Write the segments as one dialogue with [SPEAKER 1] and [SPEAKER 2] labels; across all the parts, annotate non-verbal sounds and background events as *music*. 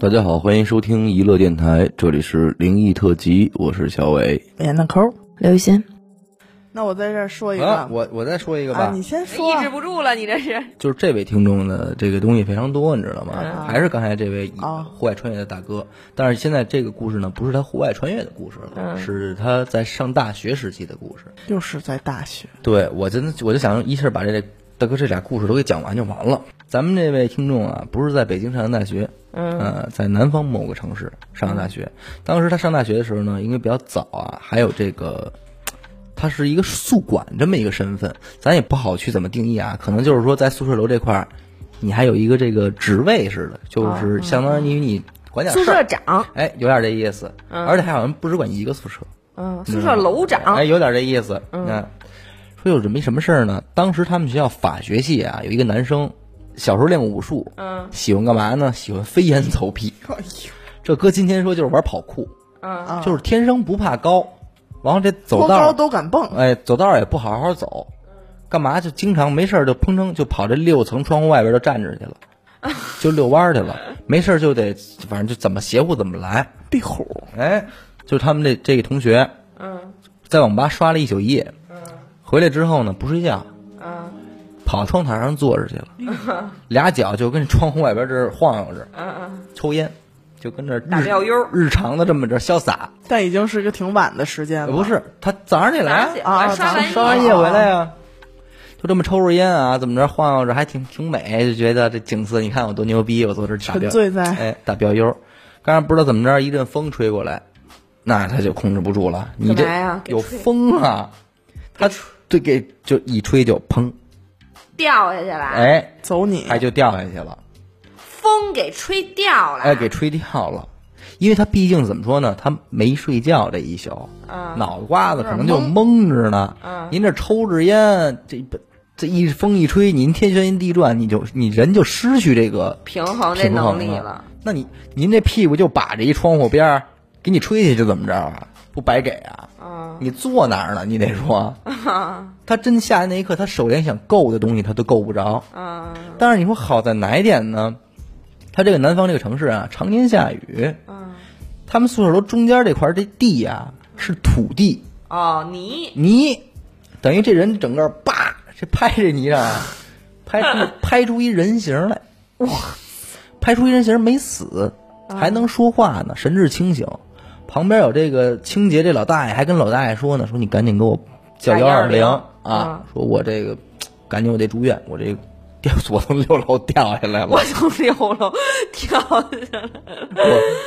[SPEAKER 1] 大家好，欢迎收听娱乐电台，这里是灵异特辑，我是小伟。
[SPEAKER 2] 演哎的抠儿。
[SPEAKER 3] 刘雨欣，
[SPEAKER 2] 那我在这儿说一个，
[SPEAKER 1] 啊，我我再说一个吧，
[SPEAKER 2] 啊你先说
[SPEAKER 3] 抑制哎不住了，你这是
[SPEAKER 1] 就是这位听众的这个东西非常多，你知道吗？
[SPEAKER 2] 嗯
[SPEAKER 1] 还是刚才这位
[SPEAKER 2] 哦
[SPEAKER 1] 户外穿越的大哥，但是现在这个故事呢，不是他户外穿越的故事了，
[SPEAKER 3] 嗯
[SPEAKER 1] 是他在上大学时期的故事。
[SPEAKER 2] 又是在大
[SPEAKER 3] *laughs*
[SPEAKER 2] 学，
[SPEAKER 1] 对我真的我就想一气儿把这大哥这俩故事都给讲完就完了。咱们这位听众啊，不是在北京上的大学，嗯、在南方某个城市上的大学。
[SPEAKER 3] 嗯
[SPEAKER 1] 当时他上大学的时候呢，因为比较早啊，还有这个。他是一个宿管这么一个身份，咱也不好去怎么定义啊。可能就是说，在宿舍楼这块儿，你还有一个这个职位似的，就是相当于你管点
[SPEAKER 3] 哦嗯宿
[SPEAKER 1] 事
[SPEAKER 3] 舍嗯
[SPEAKER 1] 儿，
[SPEAKER 3] 长，
[SPEAKER 1] 哎，有点这意思。而且还好像不只管一个宿舍，
[SPEAKER 3] 嗯，宿舍楼长，
[SPEAKER 1] 哎，有点这意思。嗯，说有这么一什么事儿呢？当时他们学校法学系啊，有一个男生，小时候练过武术，
[SPEAKER 3] 嗯
[SPEAKER 1] 喜欢干嘛呢？喜欢飞檐走壁。
[SPEAKER 2] 哎
[SPEAKER 1] 这搁今天说就是玩跑酷，
[SPEAKER 3] 嗯，
[SPEAKER 2] 啊
[SPEAKER 1] 就是天生不怕高，然后这走
[SPEAKER 2] 多高
[SPEAKER 1] 道，
[SPEAKER 2] 都敢蹦，
[SPEAKER 1] 哎，走道也不好好走，
[SPEAKER 3] 嗯
[SPEAKER 1] 干嘛就经常没事儿就砰砰就跑这六层窗户外边就站着去
[SPEAKER 3] *laughs*
[SPEAKER 1] 了。就遛弯儿去了，没事儿就得，反正就怎么邪乎怎么来。
[SPEAKER 2] 壁虎
[SPEAKER 1] 哎，就他们这这个同学，
[SPEAKER 3] 嗯，
[SPEAKER 1] 在网吧刷了一宿夜，嗯，回来之后呢不睡觉，
[SPEAKER 3] 嗯，
[SPEAKER 1] 跑窗台上坐着去了，
[SPEAKER 3] *laughs*
[SPEAKER 1] 俩脚就跟窗户外边这儿晃悠着，嗯嗯，抽烟，就跟这
[SPEAKER 3] 打
[SPEAKER 1] 日
[SPEAKER 3] 吊悠儿，
[SPEAKER 1] 日常的这么着潇洒。
[SPEAKER 2] 但已经是一个挺晚的时间了。
[SPEAKER 1] 不，是，他早上起来
[SPEAKER 3] 嗯拿起来
[SPEAKER 2] 啊
[SPEAKER 3] 刷
[SPEAKER 2] 咱
[SPEAKER 3] 完
[SPEAKER 2] 们
[SPEAKER 3] 一
[SPEAKER 1] 刷完夜回来呀、
[SPEAKER 2] 啊
[SPEAKER 1] *laughs* 就这么抽着烟啊，怎么着晃悠着，还挺挺美，就觉得这景色，你看我多牛逼，我坐这儿打
[SPEAKER 2] 沉
[SPEAKER 1] 标，
[SPEAKER 2] 醉在
[SPEAKER 1] 哎打标悠，刚才不知道怎么着，一阵风吹过来，那他就控制不住了，你这
[SPEAKER 3] 干嘛呀
[SPEAKER 1] 有风啊，他对给就一吹就砰，
[SPEAKER 3] 掉下去了，
[SPEAKER 1] 哎，
[SPEAKER 2] 走你
[SPEAKER 1] 他就掉下去了，
[SPEAKER 3] 风给吹掉了，
[SPEAKER 1] 哎，给吹掉了。因为他毕竟怎么说呢，他没睡觉这一宿，脑瓜子可能就蒙着呢。您这抽着烟，这这一风一吹，您天旋地转，你就你人就失去这个
[SPEAKER 3] 平衡这
[SPEAKER 1] 平衡啊
[SPEAKER 3] 能力了，。
[SPEAKER 1] 那你您这屁股就把着一窗户边儿，给你吹下去怎么着啊？不白给啊？
[SPEAKER 3] 嗯
[SPEAKER 1] 你坐哪儿呢？你得
[SPEAKER 3] *laughs*
[SPEAKER 1] 说，他真下来那一刻，他手连想够的东西他都够不着。
[SPEAKER 3] 嗯
[SPEAKER 1] 但是你说好在哪一点呢？它这个南方这个城市啊，常年下雨，
[SPEAKER 3] 嗯，
[SPEAKER 1] 他们宿舍楼中间这块儿这地啊是土地
[SPEAKER 3] 哦，泥
[SPEAKER 1] 泥，等于这人整个叭，这拍这泥上啊，拍
[SPEAKER 3] *laughs*
[SPEAKER 1] 出拍出一人形来，哇，拍出一人形没死，
[SPEAKER 3] 啊
[SPEAKER 1] 还能说话呢，神志清醒。旁边有这个清洁这老大爷还跟老大爷说呢，说你赶紧给我叫
[SPEAKER 3] 打
[SPEAKER 1] 幺二零
[SPEAKER 3] 120
[SPEAKER 1] 啊，说我这个赶紧我得住院，我这个掉我从六楼掉下来了
[SPEAKER 3] 我。从六楼跳下来了，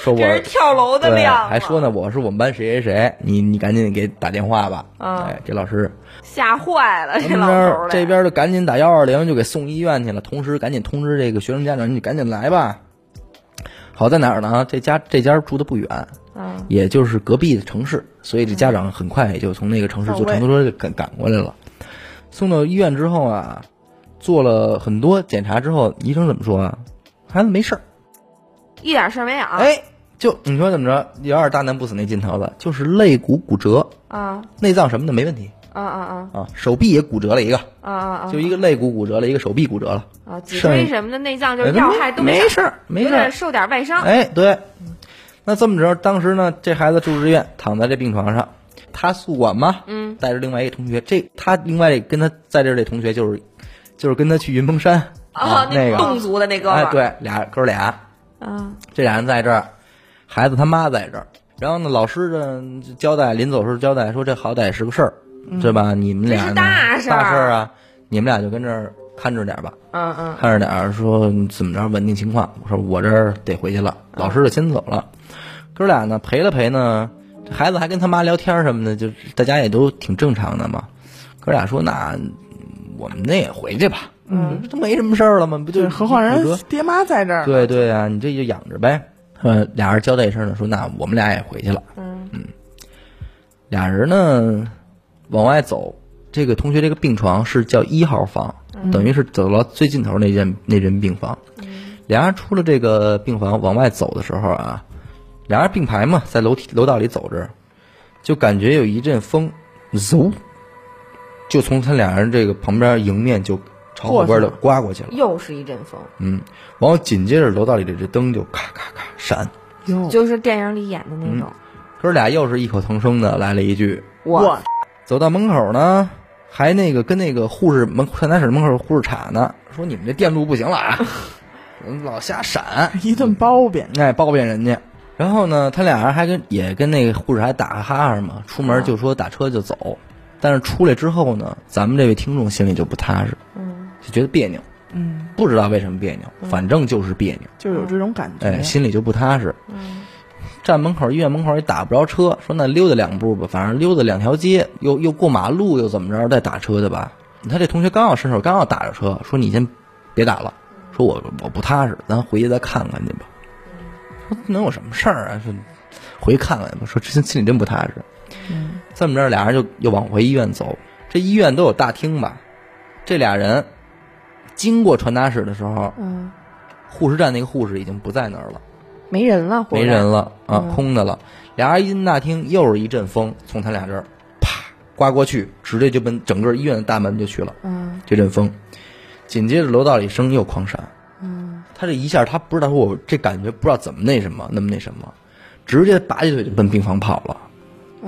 [SPEAKER 3] *laughs*
[SPEAKER 1] 说说我
[SPEAKER 3] 这是跳楼的
[SPEAKER 1] 对
[SPEAKER 3] 量啊，
[SPEAKER 1] 还说呢，我是我们班谁谁谁，你你赶紧给打电话吧。
[SPEAKER 3] 啊
[SPEAKER 1] 哎，给老师，
[SPEAKER 3] 吓坏了
[SPEAKER 1] 他
[SPEAKER 3] 这
[SPEAKER 1] 们
[SPEAKER 3] 老
[SPEAKER 1] 这
[SPEAKER 3] 头
[SPEAKER 1] 儿
[SPEAKER 3] 儿
[SPEAKER 1] 这
[SPEAKER 3] 嘞
[SPEAKER 1] 边就赶紧打幺二零，就给送医院去了，同时赶紧通知这个学生家长，你赶紧来吧。好在哪儿呢？这家这家住的不远，
[SPEAKER 3] 嗯，
[SPEAKER 1] 也就是隔壁的城市，所以这家长很快也就从那个城市坐
[SPEAKER 2] 到位
[SPEAKER 1] 长途车就赶赶过来了。送到医院之后啊，做了很多检查之后，医生怎么说啊？孩子没事儿，
[SPEAKER 3] 一点事儿没有，啊
[SPEAKER 1] 哎，就你说怎么着，有点大难不死那劲头子，就是肋骨骨折，
[SPEAKER 3] 啊
[SPEAKER 1] 内脏什么的没问题
[SPEAKER 3] 啊啊
[SPEAKER 1] 啊，手臂也骨折了一个，
[SPEAKER 3] 啊啊啊
[SPEAKER 1] 就一个肋骨骨折了，一个手臂骨折了，
[SPEAKER 3] 啊，脊椎什么的内脏就是要害都
[SPEAKER 1] 哎没
[SPEAKER 3] 有
[SPEAKER 1] 事儿，没
[SPEAKER 3] 有
[SPEAKER 1] 事
[SPEAKER 3] 点
[SPEAKER 1] 儿，
[SPEAKER 3] 受点外伤，
[SPEAKER 1] 哎，对，那这么着，当时呢，这孩子住志愿，躺在这病床上，他宿管嘛，嗯，带着另外一个同学，这他另外跟他在这儿这同学就是，就是跟他去云蒙山啊
[SPEAKER 3] 哦，
[SPEAKER 1] 那
[SPEAKER 3] 个侗
[SPEAKER 1] 个，
[SPEAKER 3] 族的那哥们
[SPEAKER 1] 哎，
[SPEAKER 3] 儿，
[SPEAKER 1] 对，俩哥俩，
[SPEAKER 3] 啊，
[SPEAKER 1] 这俩人在这儿，孩子他妈在这儿。然后呢，老师呢交代，临走时候交代说，这好歹是个事儿，对吧？你们俩呢
[SPEAKER 3] 嗯这是大事儿
[SPEAKER 1] 大事儿啊！你们俩就跟这儿看着点儿吧，
[SPEAKER 3] 嗯嗯
[SPEAKER 1] 看着点儿，说怎么着稳定情况。我说我这儿得回去了，
[SPEAKER 2] 啊
[SPEAKER 1] 老师就先走了。哥俩呢陪了陪呢，这孩子还跟他妈聊天什么的，就是大家也都挺正常的嘛。哥俩说那嗯我们那也回去吧，嗯，这没什么事儿了吗？不就
[SPEAKER 2] 对，何况人
[SPEAKER 1] 骨折
[SPEAKER 2] 爹妈在这儿，
[SPEAKER 1] 对对啊，你这就养着呗。呃，俩人交代一声呢，说那我们俩也回去了。
[SPEAKER 3] 嗯
[SPEAKER 1] 俩人呢往外走，这个同学这个病床是叫一号房，等于是走到最尽头那间那间病房。俩人出了这个病房往外走的时候啊，俩人并排嘛，在楼梯楼道里走着，就感觉有一阵风，嗖，就从他俩人这个旁边迎面就朝后边的刮过去了。
[SPEAKER 3] 又是一阵风，
[SPEAKER 1] 嗯，然后紧接着楼道里的这灯就咔咔咔嗯闪。
[SPEAKER 2] 哟，
[SPEAKER 3] 就是电影里演的那种。
[SPEAKER 1] 哥俩又是异口同声的来了一句，
[SPEAKER 2] 我
[SPEAKER 1] 走到门口呢，还那个跟那个护士门传达室门口护士岔呢，说你们这电路不行了啊， *laughs* 我们老瞎闪，
[SPEAKER 2] 一顿包贬，
[SPEAKER 1] 哎，抱怨人家。然后呢，他俩人还跟也跟那个护士还打哈哈嘛，出门就说打车就走。但是出来之后呢，咱们这位听众心里就不踏实，
[SPEAKER 3] 嗯，
[SPEAKER 1] 就觉得别扭，
[SPEAKER 2] 嗯，
[SPEAKER 1] 不知道为什么别扭，反正就是别扭，
[SPEAKER 2] 就有这种感觉。
[SPEAKER 1] 哎，心里就不踏实。
[SPEAKER 3] 嗯，
[SPEAKER 1] 站门口医院门口也打不着车，说那溜达两步吧，反正溜达两条街，又又过马路又怎么着，再打车的吧。他这同学刚要伸手，刚要打着车，说你先别打了，说我我不踏实，咱回去再看看去吧。说能有什么事儿啊？说回去看看去吧。说心心里真不踏实。
[SPEAKER 3] 嗯
[SPEAKER 1] 这么着，俩人就又往回医院走。这医院都有大厅吧？这俩人经过传达室的时候，
[SPEAKER 3] 嗯，
[SPEAKER 1] 护士站那个护士已经不在那儿了。
[SPEAKER 3] 没人了，忽
[SPEAKER 1] 没
[SPEAKER 3] 然
[SPEAKER 1] 人。了啊，
[SPEAKER 3] 嗯
[SPEAKER 1] 空的了。俩人一进大厅，又是一阵风从他俩这儿啪刮过去，直接就奔整个医院的大门就去了。
[SPEAKER 3] 嗯
[SPEAKER 1] 这阵风，紧接着楼道里声又狂闪。
[SPEAKER 3] 嗯，
[SPEAKER 1] 他这一下，他不知道说我这感觉不知道怎么那什么，那么那什么，直接拔起腿就奔病房跑了。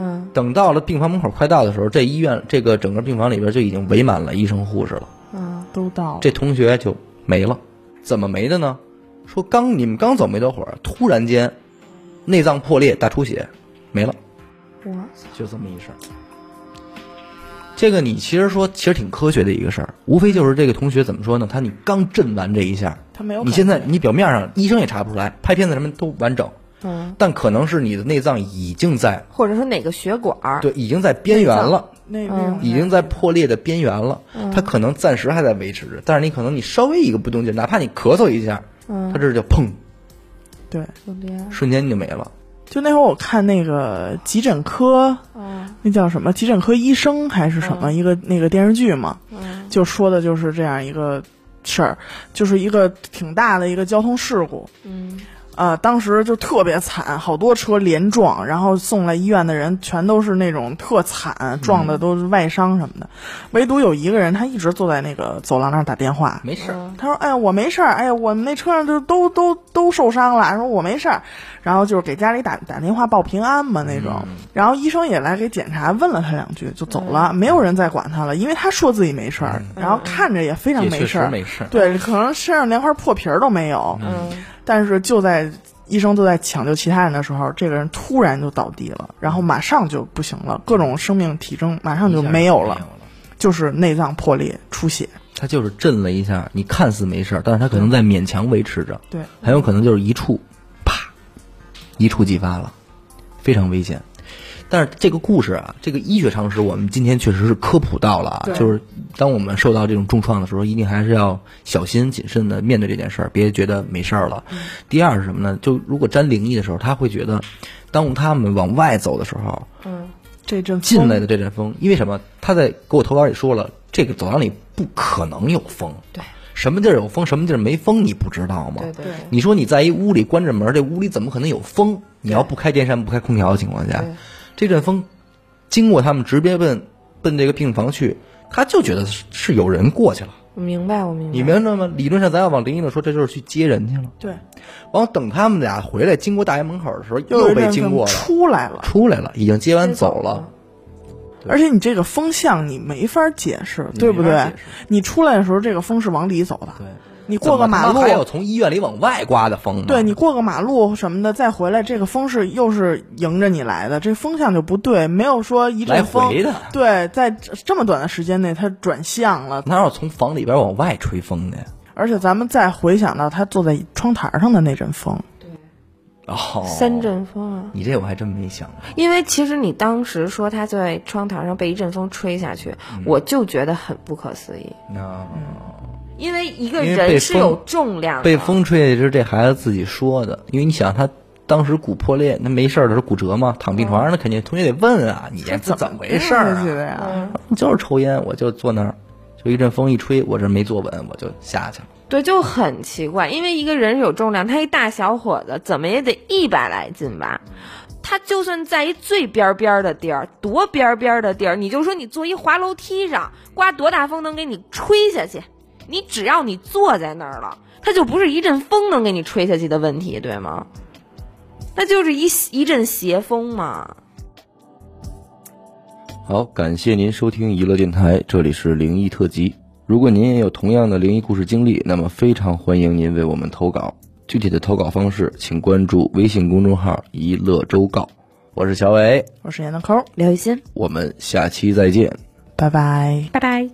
[SPEAKER 3] 嗯
[SPEAKER 1] 等到了病房门口快到的时候，这医院这个整个病房里边就已经围满了医生护士了。
[SPEAKER 3] 嗯
[SPEAKER 2] 都到了
[SPEAKER 1] 这同学就没了。怎么没的呢？说刚你们刚走没多会儿，突然间内脏破裂，大出血，没了，
[SPEAKER 3] 我
[SPEAKER 1] 就这么一事儿。这个你其实说其实挺科学的一个事儿，无非就是这个同学怎么说呢？他你刚震完这一下，
[SPEAKER 2] 他没有
[SPEAKER 1] 你
[SPEAKER 2] 感觉
[SPEAKER 1] 现在你表面上医生也查不出来，拍片子什么都完整，
[SPEAKER 3] 嗯，
[SPEAKER 1] 但可能是你的内脏已经在
[SPEAKER 3] 或者说哪个血管
[SPEAKER 2] 啊
[SPEAKER 3] 儿？
[SPEAKER 1] 对已经在边缘了。
[SPEAKER 2] 那病
[SPEAKER 3] 嗯
[SPEAKER 1] 已经在破裂的边缘了，
[SPEAKER 2] 嗯
[SPEAKER 1] 它可能暂时还在维持着，但是你可能你稍微一个不动劲，哪怕你咳嗽一下，
[SPEAKER 3] 嗯
[SPEAKER 1] 它，这就砰，
[SPEAKER 2] 对，
[SPEAKER 3] 就这样。
[SPEAKER 1] 瞬间就没了。
[SPEAKER 2] 就那会儿我看那个急诊科，
[SPEAKER 3] 嗯
[SPEAKER 2] 那叫什么急诊科医生还是什么、一个那个电视剧嘛，
[SPEAKER 3] 嗯
[SPEAKER 2] 就说的就是这样一个事儿，就是一个挺大的一个交通事故。
[SPEAKER 3] 嗯
[SPEAKER 2] 啊、当时就特别惨，好多车连撞，然后送来医院的人全都是那种特惨，撞
[SPEAKER 3] 嗯
[SPEAKER 2] 的都是外伤什么的，唯独有一个人他一直坐在那个走廊那儿打电话，
[SPEAKER 1] 没事儿，
[SPEAKER 3] 嗯
[SPEAKER 2] 他说：“哎呀，我没事儿，哎呀，我们那车上就都都都受伤了。”说：“我没事儿。”然后就是给家里打打电话报平安嘛那种。
[SPEAKER 1] 嗯
[SPEAKER 2] 然后医生也来给检查，问了他两句就走了，没有人再管他了，因为他说自己没事儿，然后看着也非
[SPEAKER 1] 嗯
[SPEAKER 2] 常
[SPEAKER 1] 也
[SPEAKER 2] 没
[SPEAKER 1] 确
[SPEAKER 2] 事
[SPEAKER 1] 实
[SPEAKER 2] 儿，
[SPEAKER 1] 没事儿。
[SPEAKER 2] 对，可能身上连块破皮儿都没有。
[SPEAKER 3] 嗯
[SPEAKER 2] 但是就在医生都在抢救其他人的时候，这个人突然就倒地了，然后马上就不行了，各种生命体征马上就没有了，就是内脏破裂出血。
[SPEAKER 1] 他就是震了一下，你看似没事儿，但是他可能在勉强维持着，
[SPEAKER 2] 对，
[SPEAKER 1] 很有可能就是一触，啪，一触即发了，非常危险。但是这个故事啊，这个医学常识，我们今天确实是科普到了啊，
[SPEAKER 2] 对
[SPEAKER 1] 就是当我们受到这种重创的时候，一定还是要小心谨慎的面对这件事儿，别觉得没事儿了。
[SPEAKER 2] 嗯
[SPEAKER 1] 第二是什么呢？就如果沾灵异的时候，他会觉得，当他们往外走的时候，
[SPEAKER 3] 嗯
[SPEAKER 2] 这阵
[SPEAKER 1] 进
[SPEAKER 2] 风
[SPEAKER 1] 来的这阵风，因为什么？他在给我投稿里说了，这个走廊里不可能有风。
[SPEAKER 3] 对，
[SPEAKER 1] 什么地儿有风，什么地儿没风，你不知道吗？
[SPEAKER 3] 对对对
[SPEAKER 1] 你说你在一屋里关着门，这屋里怎么可能有风？你要不开电扇、不开空调的情况下
[SPEAKER 3] 对，
[SPEAKER 1] 这阵风经过他们，直接奔奔这个病房去，他就觉得是是有人过去了。
[SPEAKER 3] 我明白，我明白。
[SPEAKER 1] 你明白吗？理论上咱要往灵异的说，这就是去接人去了。
[SPEAKER 2] 对。
[SPEAKER 1] 完，等他们俩回来，经过大爷门口的时候，
[SPEAKER 2] 又
[SPEAKER 1] 又被经过了，
[SPEAKER 2] 出来了。
[SPEAKER 1] 出来了，已经接完走了。对
[SPEAKER 2] 而且你这个风向你没法解释，
[SPEAKER 1] 你
[SPEAKER 2] 对不
[SPEAKER 1] 没法
[SPEAKER 2] 对
[SPEAKER 1] 解释？
[SPEAKER 2] 你出来的时候，这个风是往里走的。
[SPEAKER 1] 对。
[SPEAKER 2] 你过个马
[SPEAKER 1] 怎么他妈还有
[SPEAKER 2] 路，
[SPEAKER 1] 从医院里往外刮的风呢？
[SPEAKER 2] 对你过个马路什么的，再回来，这个风是又是迎着你来的，这风向就不对，没有说一
[SPEAKER 1] 来
[SPEAKER 2] 阵风
[SPEAKER 1] 回的，
[SPEAKER 2] 对，在这这么短的时间内它转向了。
[SPEAKER 1] 哪有从房里边往外吹风的呀？
[SPEAKER 2] 而且咱们再回想到他坐在窗台上的那阵风，
[SPEAKER 1] 哦，
[SPEAKER 3] 三，阵风啊！
[SPEAKER 1] 你这我还真没想过。
[SPEAKER 3] 因为其实你当时说他在窗台上被一阵风吹下去，
[SPEAKER 1] 嗯
[SPEAKER 3] 我就觉得很不可思议。
[SPEAKER 1] 那
[SPEAKER 3] 因为一个
[SPEAKER 1] 因为被
[SPEAKER 3] 人是
[SPEAKER 1] 风
[SPEAKER 3] 有重量的，
[SPEAKER 1] 被风吹是这孩子自己说的，因为你想他当时骨破裂，那没事儿的时候骨折嘛，躺病床上，那肯定同学得问啊，你这怎么回事儿
[SPEAKER 2] *laughs* 下去
[SPEAKER 1] 啊？
[SPEAKER 2] 的呀？
[SPEAKER 1] 就是抽烟，我就坐那儿，就一阵风一吹，我这没坐稳，我就下去了。
[SPEAKER 3] 对，就很奇怪。因为一个人是有重量，他一大小伙子怎么也得一百来斤吧。他就算在一最边边儿的地儿，多边儿边儿的地儿，你就说你坐一滑楼梯上，刮多大风能给你吹下去？你只要你坐在那儿了，它就不是一阵风能给你吹下去的问题，对吗？那就是一一阵邪风嘛。
[SPEAKER 1] 好，感谢您收听娱乐电台，这里是灵异特辑。如果您也有同样的灵异故事经历，那么非常欢迎您为我们投稿。具体的投稿方式，请关注微信公众号“一乐周告”。我是小伟，
[SPEAKER 2] 我是闫德抠，
[SPEAKER 3] 刘雨欣，
[SPEAKER 1] 我们下期再见。
[SPEAKER 2] 拜拜。
[SPEAKER 3] 拜拜。